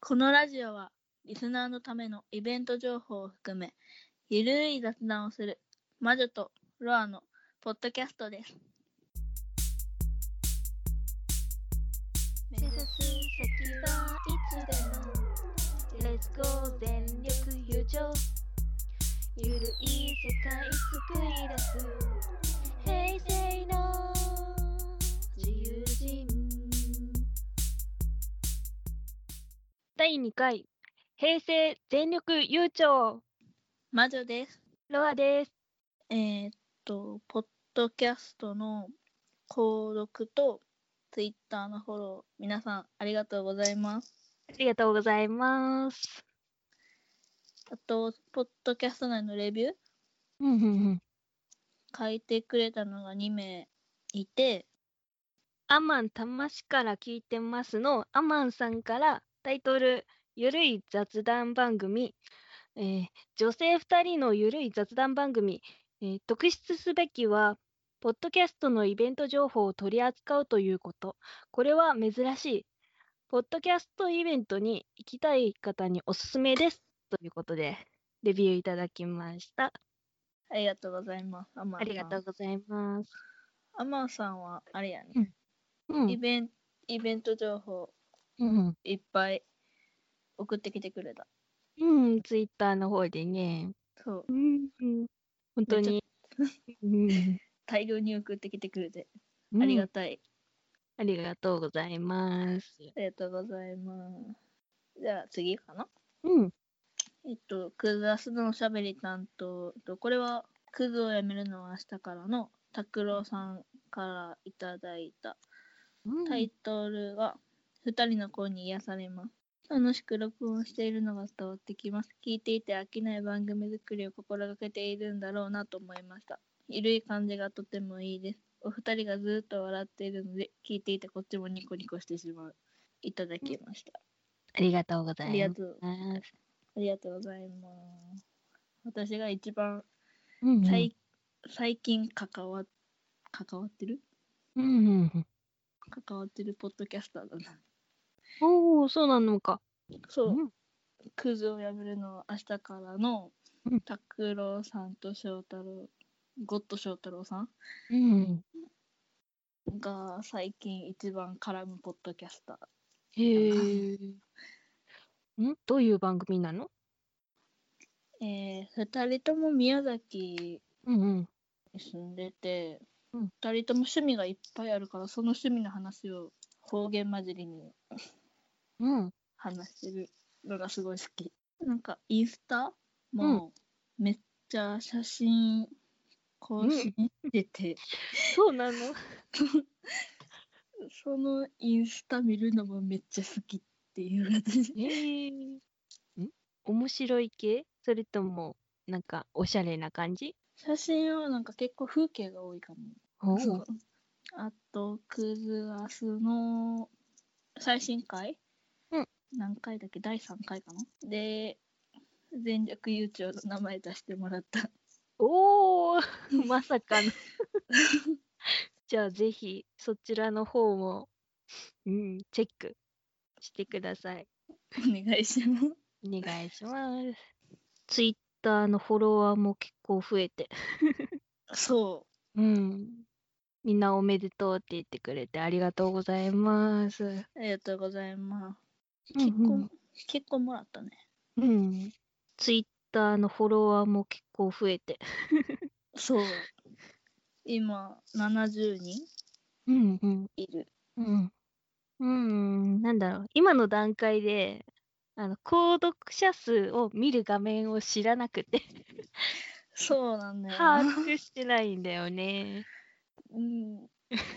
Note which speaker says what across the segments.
Speaker 1: このラジオはリスナーのためのイベント情報を含めゆるい雑談をする魔女とロアのポッドキャストです。目指す先はいつでも Let's go 全力友情ゆるい世界作り出す平成の自由人
Speaker 2: 第2回平成全力悠長
Speaker 1: 魔女です。
Speaker 2: ロアです。
Speaker 1: えーっと、ポッドキャストの購読とツイッターのフォロー、皆さんありがとうございます。
Speaker 2: ありがとうございます。
Speaker 1: あと、ポッドキャスト内のレビュー
Speaker 2: うんうんうん。
Speaker 1: 書いてくれたのが2名いて、
Speaker 2: アマン魂から聞いてますのアマンさんからタイトルゆるい雑談番組、えー女性2人のゆるい雑談番組、えー特筆すべきはポッドキャストのイベント情報を取り扱うということこれは珍しいポッドキャストイベントに行きたい方におすすめですということでレビューいただきました
Speaker 1: ありがとうございます。アマンさ
Speaker 2: あ
Speaker 1: ん。
Speaker 2: りがとうございます、
Speaker 1: アマンさんは、あれやね、
Speaker 2: う
Speaker 1: イベン、イベント情報
Speaker 2: うん
Speaker 1: いっぱい送ってきてくれた。
Speaker 2: うん、ツイッターの方でね
Speaker 1: そう。
Speaker 2: うんうん本当に。うん
Speaker 1: 大量に送ってきてくれて、
Speaker 2: うん
Speaker 1: ありがたい。
Speaker 2: ありがとうございます。
Speaker 1: ありがとうございます。じゃあ次かな
Speaker 2: うん。
Speaker 1: えっと、クズアスのおしゃべり担当と、これは、クズをやめるのは明日からの拓郎さんからいただいたタイトルが、二人の声に癒されます。楽しく録音しているのが伝わってきます。聞いていて飽きない番組作りを心がけているんだろうなと思いました。ゆるい感じがとてもいいです。お二人がずっと笑っているので、聞いていてこっちもニコニコしてしまう。いただきました。
Speaker 2: ありがとうござ
Speaker 1: あ
Speaker 2: い
Speaker 1: りが
Speaker 2: ま
Speaker 1: とう。
Speaker 2: す。
Speaker 1: ありがとうございます。私が一番
Speaker 2: うんうん
Speaker 1: 最,、最近関わ関わってる
Speaker 2: うんうんうん
Speaker 1: 関わってるポッドキャスターだな。
Speaker 2: おお、そうなのか。
Speaker 1: そう、
Speaker 2: うん
Speaker 1: クズをやめるのは明日からの
Speaker 2: うん
Speaker 1: 拓郎さんと翔太郎、ゴッド翔太郎さん
Speaker 2: うん。
Speaker 1: が最近一番絡むポッドキャスター。
Speaker 2: へえ。んどういう番組なの
Speaker 1: えー、2人とも宮崎
Speaker 2: うんうん。
Speaker 1: に住んでて、
Speaker 2: うん
Speaker 1: 2人とも趣味がいっぱいあるからその趣味の話を方言混じりに
Speaker 2: うん。
Speaker 1: 話してるのがすごい好き。なんかインスタもめっちゃ写真更新してて、
Speaker 2: そうなの
Speaker 1: そのインスタ見るのもめっちゃ好きっていう私
Speaker 2: へえ。ん面白い系それとも、なんか、おしゃれな感じ
Speaker 1: 写真はなんか結構風景が多いかも。
Speaker 2: お
Speaker 1: そうあと、クズアスの最新回、
Speaker 2: うん
Speaker 1: 何回だっけ第3回かなで、全力悠長の名前出してもらった。
Speaker 2: お おまさかの じゃあぜひそちらの方も、うん、チェックしてください
Speaker 1: お願いします。
Speaker 2: お願いしますツイッターのフォロワーも結構増えて
Speaker 1: そう。
Speaker 2: うんみんなおめでとうって言ってくれてありがとうございます
Speaker 1: ありがとうございます。
Speaker 2: うん
Speaker 1: 結婚、
Speaker 2: うん
Speaker 1: 結婚もらったね。
Speaker 2: うんツイッターのフォロワーも結構増えて
Speaker 1: そう。今、70人
Speaker 2: うんうん
Speaker 1: いる。
Speaker 2: うん、うん、なんだろう、今の段階で、あの、購読者数を見る画面を知らなくて、
Speaker 1: そうなんだよ
Speaker 2: 把
Speaker 1: な。
Speaker 2: 握してないんだよね。
Speaker 1: うん。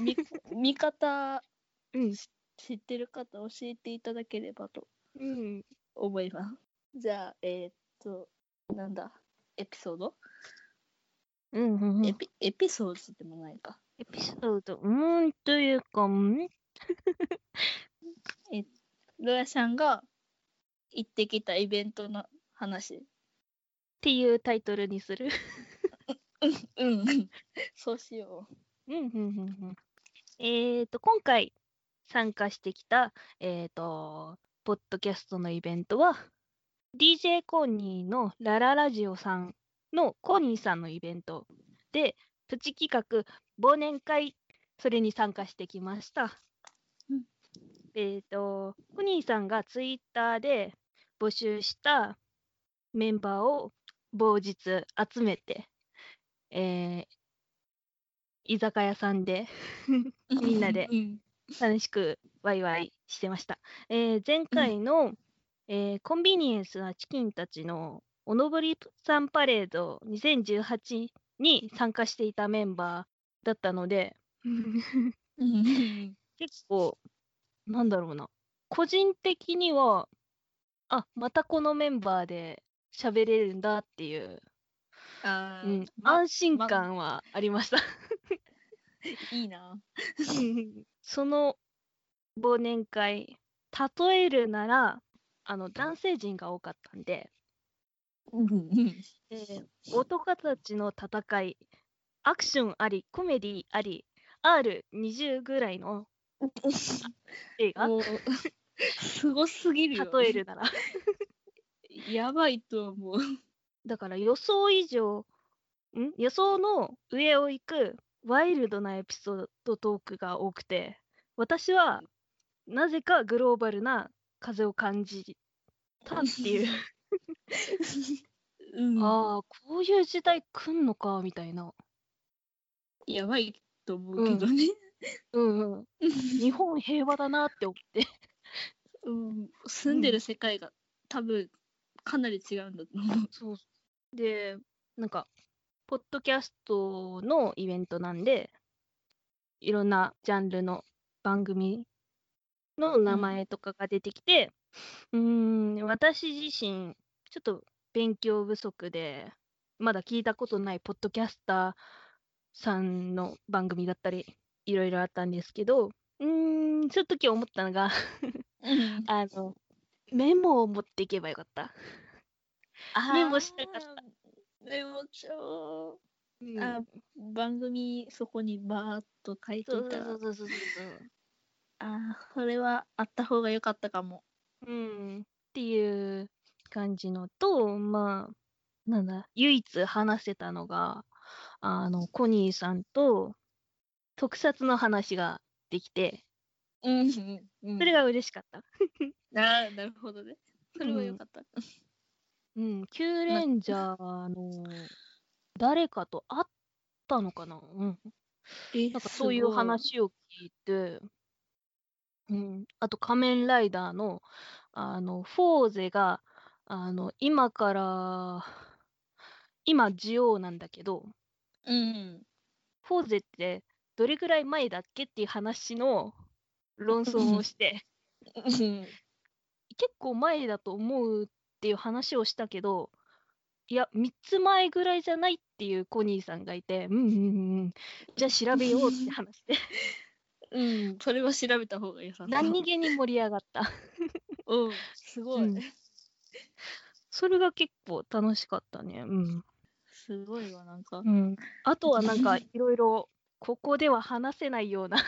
Speaker 1: み 見方
Speaker 2: うん、
Speaker 1: 知ってる方教えていただければと
Speaker 2: うん、
Speaker 1: 思います。じゃあ、えーっと、なんだ、エピソード、
Speaker 2: うん、うん。
Speaker 1: エ
Speaker 2: エ
Speaker 1: ピエピソードでもないか。
Speaker 2: ピソード、うーん、というか、うん、
Speaker 1: ロヤさんが行ってきたイベントの話。
Speaker 2: っていうタイトルにする。
Speaker 1: うん。 そうしよ
Speaker 2: うん、うん、うん、うん。えっと、今回参加してきた、えっと、ポッドキャストのイベントは、DJ コーニーのラララジオさんのコーニーさんのイベントで、プチ企画、忘年会、それに参加してきました。
Speaker 1: うん
Speaker 2: えっ、と、コーニーさんがツイッターで募集したメンバーを某日集めて、えー居酒屋さんでみんなで
Speaker 1: うん
Speaker 2: 楽しくワイワイしてました。えー前回の、えーコンビニエンスなチキンたちのおのぼりさんパレード2018に参加していたメンバーだったので、
Speaker 1: うん
Speaker 2: 結構、なんだろうな、個人的には、あまたこのメンバーで喋れるんだっていう、
Speaker 1: あ
Speaker 2: う
Speaker 1: ー
Speaker 2: ん、
Speaker 1: ま
Speaker 2: 安心
Speaker 1: ま
Speaker 2: 感はありました。
Speaker 1: いいな。
Speaker 2: その忘年会、例えるなら、あの男性陣が多かったんで、 えー男たちの戦い、アクションあり、コメディあり、R20 ぐらいの映画、
Speaker 1: もうすごすぎるよ。
Speaker 2: 例えるな ら。
Speaker 1: やばいと思う。
Speaker 2: だから予想以上、ん予想の上を行くワイルドなエピソードトークが多くて、私はなぜかグローバルな風を感じたっていう。
Speaker 1: うん、
Speaker 2: ああ、こういう時代来んのか、みたいな。
Speaker 1: やばいと思うけどね。
Speaker 2: うん うん。日本平和だなって思って。
Speaker 1: うん、住んでる世界が多分かなり違うんだと思う。。
Speaker 2: そう。で、なんか、ポッドキャストのイベントなんで、いろんなジャンルの番組の名前とかが出てきて、うーん、私自身、ちょっと勉強不足で、まだ聞いたことないポッドキャスターさんの番組だったり、いろいろあったんですけど、うーん、その時思ったのが、あの、メモを持っていけばよかった。メモしたかった
Speaker 1: メモ帳、
Speaker 2: うん
Speaker 1: あ番組そこにバーっと書いて
Speaker 2: そう
Speaker 1: た
Speaker 2: そう
Speaker 1: ら
Speaker 2: そうそうそう
Speaker 1: あーそれはあった方が良かったかも。
Speaker 2: そう。うん。っていう感じのと、まあ、なんだ、唯一話せたのが、あの、コニーさんと特撮の話ができて、
Speaker 1: うんうん
Speaker 2: それが嬉しかった。
Speaker 1: あーなるほどね。それは良かった。
Speaker 2: うん。キューレンジャーの誰かと会ったのかなうん。
Speaker 1: え
Speaker 2: なんかそういう。話を聞いて、うん、あと仮面ライダーのあのフォーゼがあの今から今ジオウなんだけど
Speaker 1: すごいうん。
Speaker 2: フォーゼってどれぐらい前だっけっていう話の論争をして結構前だと思うっていう話をしたけどいや3つ前ぐらいじゃないっていうコニーさんがいてうんうんうんじゃあ調べようって話して
Speaker 1: うん、それは調べた方が良さそう。
Speaker 2: 何気に盛り上がった。
Speaker 1: うん、すごい。
Speaker 2: うんそれが結構楽しかったね。うん。
Speaker 1: すごいわ、なんか。
Speaker 2: あとは なんかいろいろここでは話せないような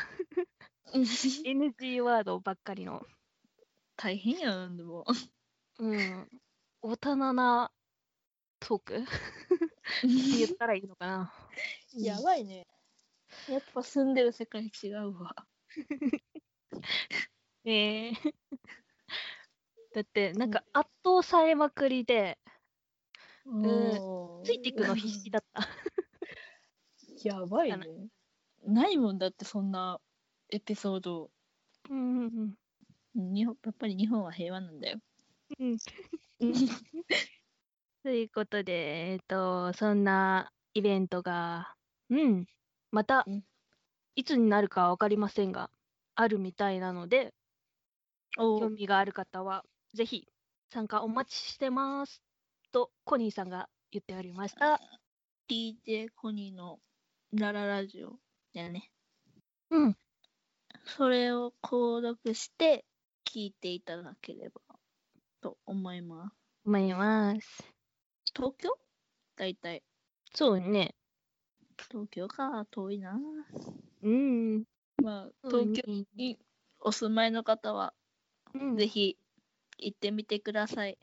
Speaker 2: NG ワードばっかりの、
Speaker 1: 大変やなんでも。
Speaker 2: うん、大人なトー クって言ったらいいのかな。
Speaker 1: やばいね。やっぱ住んでる世界違うわ。
Speaker 2: ねえ だってなんか圧倒されまくりで
Speaker 1: もう
Speaker 2: ついていくの必死だった。
Speaker 1: やばいね。ないもんだって、そんなエピソード。
Speaker 2: うんうんうん
Speaker 1: 日本やっぱり日本は平和なんだよ。
Speaker 2: うんということで、えっと、そんなイベントが、うん、また
Speaker 1: うん、
Speaker 2: いつになるかは分かりませんが、あるみたいなので、興
Speaker 1: お
Speaker 2: 味がある方は、ぜひ参加お待ちしてます。と、コニーさんが言っておりました。
Speaker 1: DJ コニーのラララジオだよね。
Speaker 2: うん、
Speaker 1: それを購読して聞いていただければと思います。
Speaker 2: 思います。
Speaker 1: 東京大体。
Speaker 2: そうね。
Speaker 1: 東京か、遠いな。
Speaker 2: うん。
Speaker 1: まあ、東京
Speaker 2: 京
Speaker 1: にお住まいの方は、
Speaker 2: うん、
Speaker 1: ぜひ行ってみてください。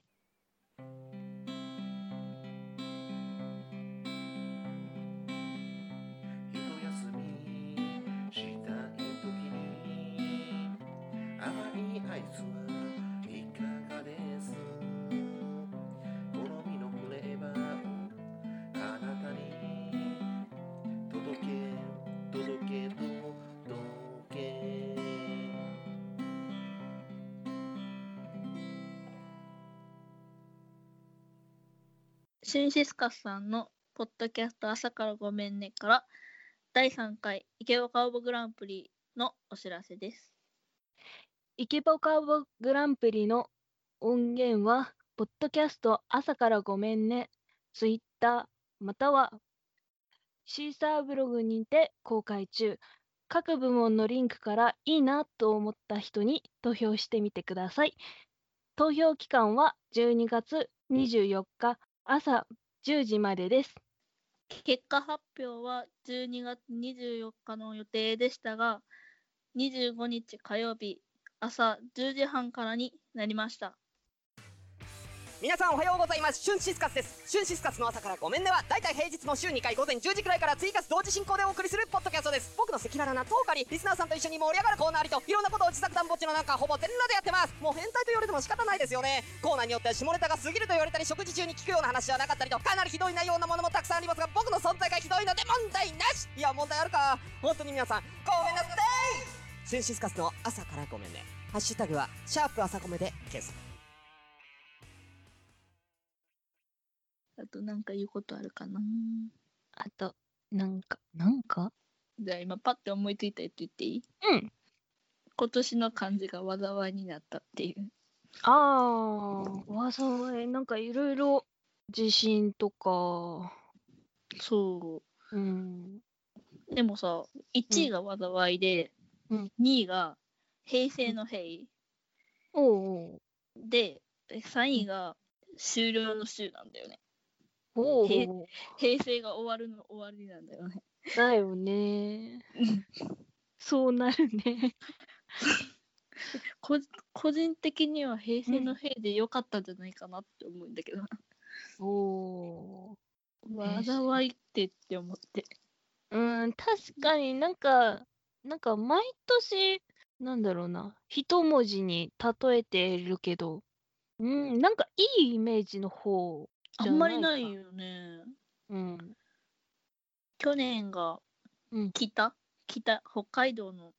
Speaker 3: 一休みしたい時に甘いアイスはいかがです好みのフレーバーをあなたに届け届け届け
Speaker 1: シュンシスカスさんのポッドキャスト朝からごめんねから第3回池岡応募グランプリのお知らせです。
Speaker 2: 池ポカボグランプリの音源は、ポッドキャスト朝からごめんね、ツイッター、またはシーサーブログにて公開中。各部門のリンクからいいなと思った人に投票してみてください。投票期間は12月24日朝10時までです。
Speaker 1: 結果発表は12月24日の予定でしたが、25日火曜日朝10時半からになりました。
Speaker 4: 皆さんおはようございますシュンシスカスですシュンシスカスの朝からごめんねはだいたい平日の週2回午前10時くらいから追加同時進行でお送りするポッドキャストです僕の赤裸々なトークにリスナーさんと一緒に盛り上がるコーナーありといろんなことを自作団ぼっちの中ほぼ全裸でやってますもう変態と言われても仕方ないですよねコーナーによっては下ネタが過ぎると言われたり食事中に聞くような話はなかったりとかなりひどい内容なものもたくさんありますが僕の存在がひどいので問題なしいや問題あるか本当に皆さんごめんなさいシュンシスカスの朝からごめんねハッシュタグはシャープ朝ごめで検索
Speaker 1: あとなんか言うことあるかな
Speaker 2: あと、なんか、なんか
Speaker 1: じゃあ今パッて思いついたやつ言っていい
Speaker 2: うん。
Speaker 1: 今年の漢字が災いになったっていう。
Speaker 2: ああ、わざわざなんかいろいろ地震とか、
Speaker 1: そ
Speaker 2: うん、
Speaker 1: う。でもさ、1位が災いで、
Speaker 2: うん
Speaker 1: 2位が平成の平、
Speaker 2: おう
Speaker 1: で、3位が終了の終なんだよね。
Speaker 2: おうおう
Speaker 1: へ
Speaker 2: おう
Speaker 1: 平成が終わるの終わりなんだよね。
Speaker 2: だよ ね
Speaker 1: うん。
Speaker 2: そうなるね。
Speaker 1: こ個人的には平成の平で良かったんじゃないかなって思うんだけど、
Speaker 2: おお。ん
Speaker 1: 災いってって思って。
Speaker 2: うん、確かになんか、なんか毎年、なんだろうな、一文字に例えてるけど、うん、なんかいいイメージの方、
Speaker 1: あんまりないよね。
Speaker 2: うん、
Speaker 1: 去年が
Speaker 2: うん、
Speaker 1: 北北北海道の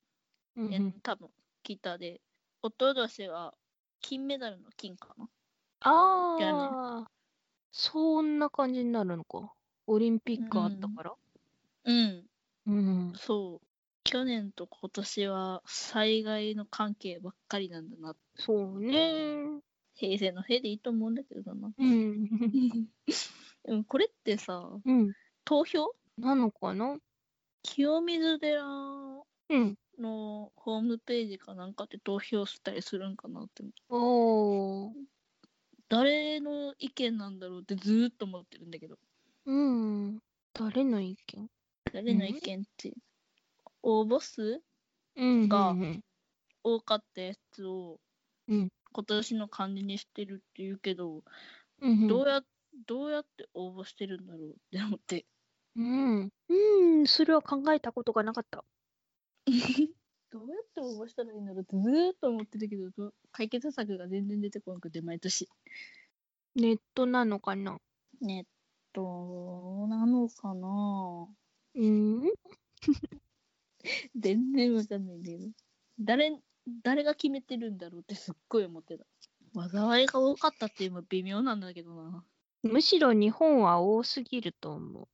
Speaker 2: うん、う
Speaker 1: え
Speaker 2: ん。
Speaker 1: 多分北でおととしは金メダルの金かな
Speaker 2: あ
Speaker 1: だよね
Speaker 2: あ、そんな感じになるのか。オリンピックあったから。
Speaker 1: うん
Speaker 2: うん、
Speaker 1: そう去年と今年は災害の関係ばっかりなんだな
Speaker 2: そうね。
Speaker 1: 平成の平でいいと思うんだけどな
Speaker 2: うん、
Speaker 1: でもこれってさ
Speaker 2: うん、
Speaker 1: 投票
Speaker 2: なのかな
Speaker 1: 清水寺
Speaker 2: うん。
Speaker 1: のホームページかなんかで投票したりするんかなって
Speaker 2: おー。
Speaker 1: 誰の意見なんだろうってずーっと思ってるんだけど
Speaker 2: うん。誰の意見
Speaker 1: 誰の意見って応募数
Speaker 2: うん
Speaker 1: が
Speaker 2: うん
Speaker 1: 多かったやつを
Speaker 2: うん
Speaker 1: 今年の漢字にしてるって言うけど、
Speaker 2: うん、
Speaker 1: どうやどうやって応募してるんだろうって思って
Speaker 2: うん、うん、それは考えたことがなかった。
Speaker 1: どうやって応募したらいいんだろうってずーっと思ってるけどど解決策が全然出てこなくて毎年
Speaker 2: ネットなのかな
Speaker 1: ネットなのかな
Speaker 2: うん、
Speaker 1: 全然わかんないんだけど誰誰が決めてるんだろうってすっごい思ってた災いが多かったっていうのも微妙なんだけどな
Speaker 2: むしろ日本は多すぎると思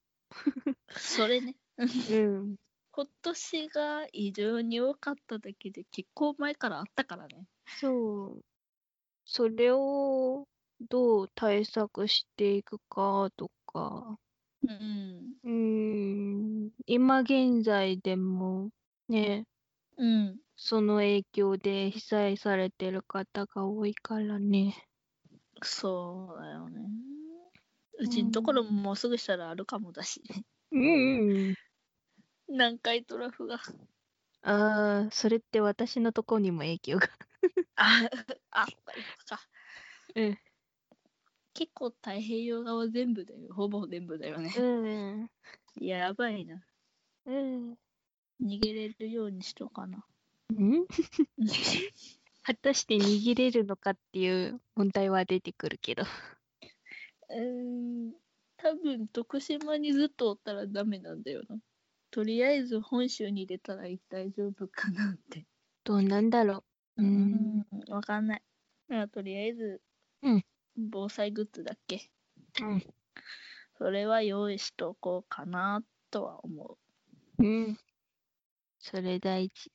Speaker 1: それね
Speaker 2: う。うん、
Speaker 1: 今年が異常に多かっただけで結構前からあったからね
Speaker 2: そう。それをどう対策していくかとか、
Speaker 1: うん
Speaker 2: うん、今現在でもね、
Speaker 1: うん
Speaker 2: その影響で被災されてる方が多いからね。
Speaker 1: そうだよねうち
Speaker 2: うん
Speaker 1: のところももうすぐしたらあるかもだしね
Speaker 2: うん、うん。
Speaker 1: 南海トラフが
Speaker 2: ああ、それって私のとこにも影響が。
Speaker 1: あ、あ、そっかそっか
Speaker 2: うん。
Speaker 1: 結構太平洋側全部だよ。ほぼ全部だよね。
Speaker 2: うん。
Speaker 1: やばいな。
Speaker 2: うん。
Speaker 1: 逃げれるようにしとか な。
Speaker 2: ん果たして握れるのかっていう問題は出てくるけど。
Speaker 1: うーん多分徳島にずっとおったらダメなんだよな。とりあえず本州に出たら大丈夫かなって。
Speaker 2: どうなんだろう。うん。
Speaker 1: うん、わかんない。まあとりあえず、
Speaker 2: うん
Speaker 1: 防災グッズだっけ
Speaker 2: うん。
Speaker 1: それは用意しとこうかなとは思
Speaker 2: うん。それ大事。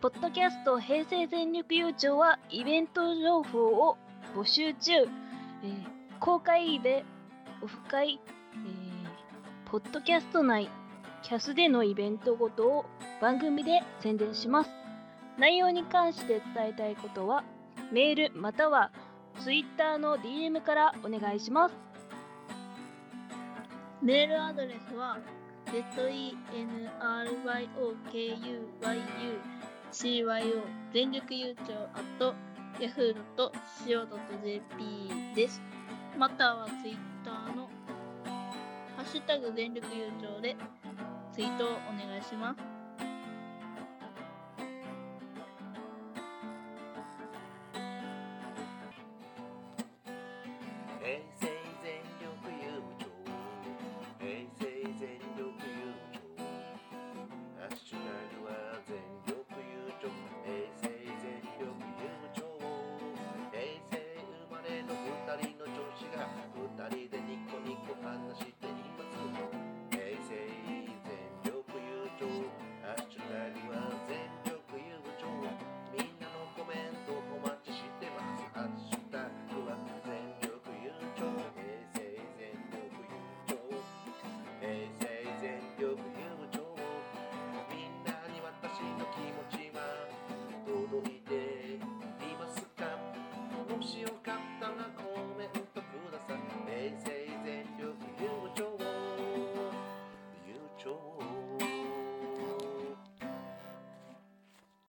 Speaker 2: ポッドキャスト平成全力悠長はイベント情報を募集中。えー公開イベ、オフ会、えーポッドキャスト内、キャスでのイベントごとを番組で宣伝します。内容に関して伝えたいことは、メールまたは Twitter の DM からお願いします。
Speaker 1: う。メールアドレスは zenryokuyucyo 全力悠長 at yahoo.co.jp です。またはツイッターのハッシュタグ全力悠長でツイートをお願いします。